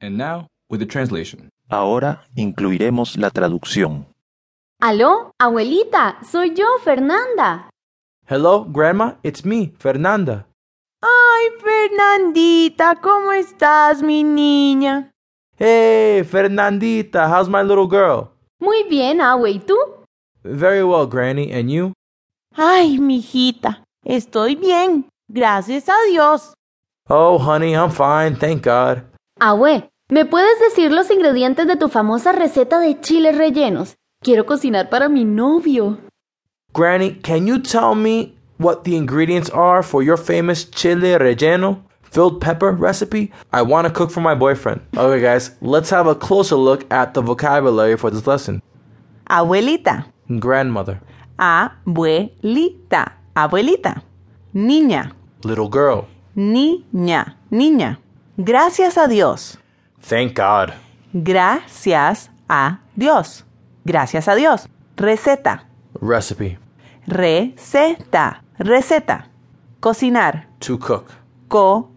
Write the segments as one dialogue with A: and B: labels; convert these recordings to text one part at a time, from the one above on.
A: And now, with the translation.
B: Ahora incluiremos la traducción.
C: Aló, abuelita, soy yo, Fernanda.
D: Hello, Grandma, it's me, Fernanda.
E: Ay, Fernandita, ¿cómo estás, mi niña?
D: Hey, Fernandita, how's my little girl?
C: Muy bien, abue, ¿y tú?
D: Very well, Granny, and you?
E: Ay, mijita, estoy bien, gracias a Dios.
D: Oh, honey, I'm fine, thank God.
C: Abue, ¿me puedes decir los ingredientes de tu famosa receta de chiles rellenos? Quiero cocinar para mi novio.
D: Granny, can you tell me what the ingredients are for your famous chile relleno filled pepper recipe I want to cook for my boyfriend? Okay, guys, let's have a closer look at the vocabulary for this lesson.
E: Abuelita,
D: Grandmother,
E: abuelita, abuelita. Niña,
D: little girl,
E: niña, niña. Gracias a Dios.
D: thank God.
E: Gracias a Dios. Gracias a Dios. Receta,
D: Recipe,
E: receta, receta. Cocinar,
D: to cook,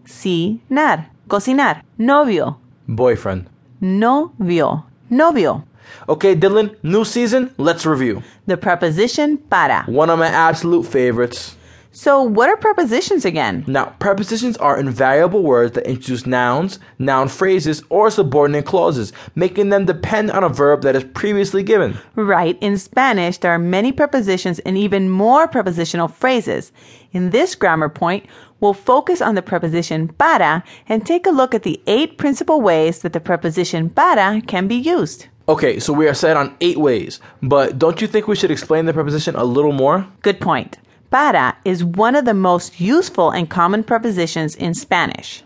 E: cocinar, cocinar. Novio,
D: boyfriend.
E: novio, novio.
D: Okay, Dylan, new season, let's review.
E: The preposition para.
D: One of my absolute favorites.
E: So, what are prepositions again?
D: Now, prepositions are invariable words that introduce nouns, noun phrases, or subordinate clauses, making them depend on a verb that is previously given.
E: Right, in Spanish, there are many prepositions and even more prepositional phrases. In this grammar point, we'll focus on the preposition para and take a look at the eight principal ways that the preposition para can be used.
D: Okay, so we are set on eight ways, but don't you think we should explain the preposition a little more?
E: Good point. Para is one of the most useful and common prepositions in Spanish.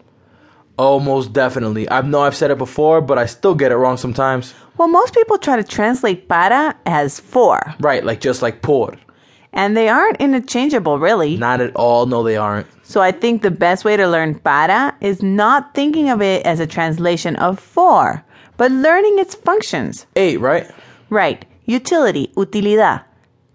D: Oh, most definitely. I know I've said it before, but I still get it wrong sometimes.
E: Well, most people try to translate para as for,
D: Right, like just like por.
E: and they aren't interchangeable really.
D: Not at all, no, they aren't.
E: So I think the best way to learn para is not thinking of it as a translation of for, but learning its functions.
D: Eight, right?
E: Right. Utility, utilidad.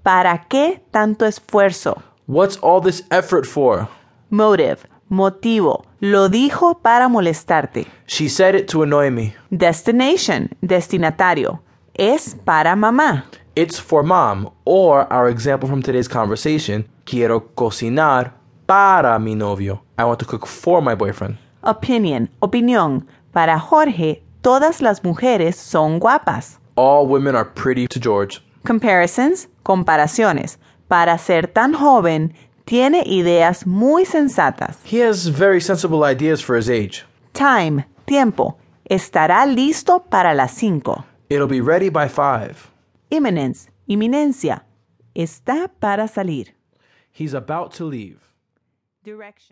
E: ¿Para qué tanto esfuerzo?
D: What's all this effort for?
E: Motive, motivo. Lo dijo para molestarte.
D: She said it to annoy me.
E: Destination, destinatario. Es para mamá.
D: It's for mom, or our example from today's conversation, quiero cocinar para mi novio. I want to cook for my boyfriend.
E: Opinion, opinión. Para Jorge, todas las mujeres son guapas.
D: All women are pretty to George.
E: Comparisons, comparaciones. Para ser tan joven, tiene ideas muy sensatas.
D: He has very sensible ideas for his age.
E: Time, tiempo. Estará listo para las 5.
D: It'll be ready by five.
E: Imminence, inminencia. Está para salir.
D: He's about to leave.
E: Direction.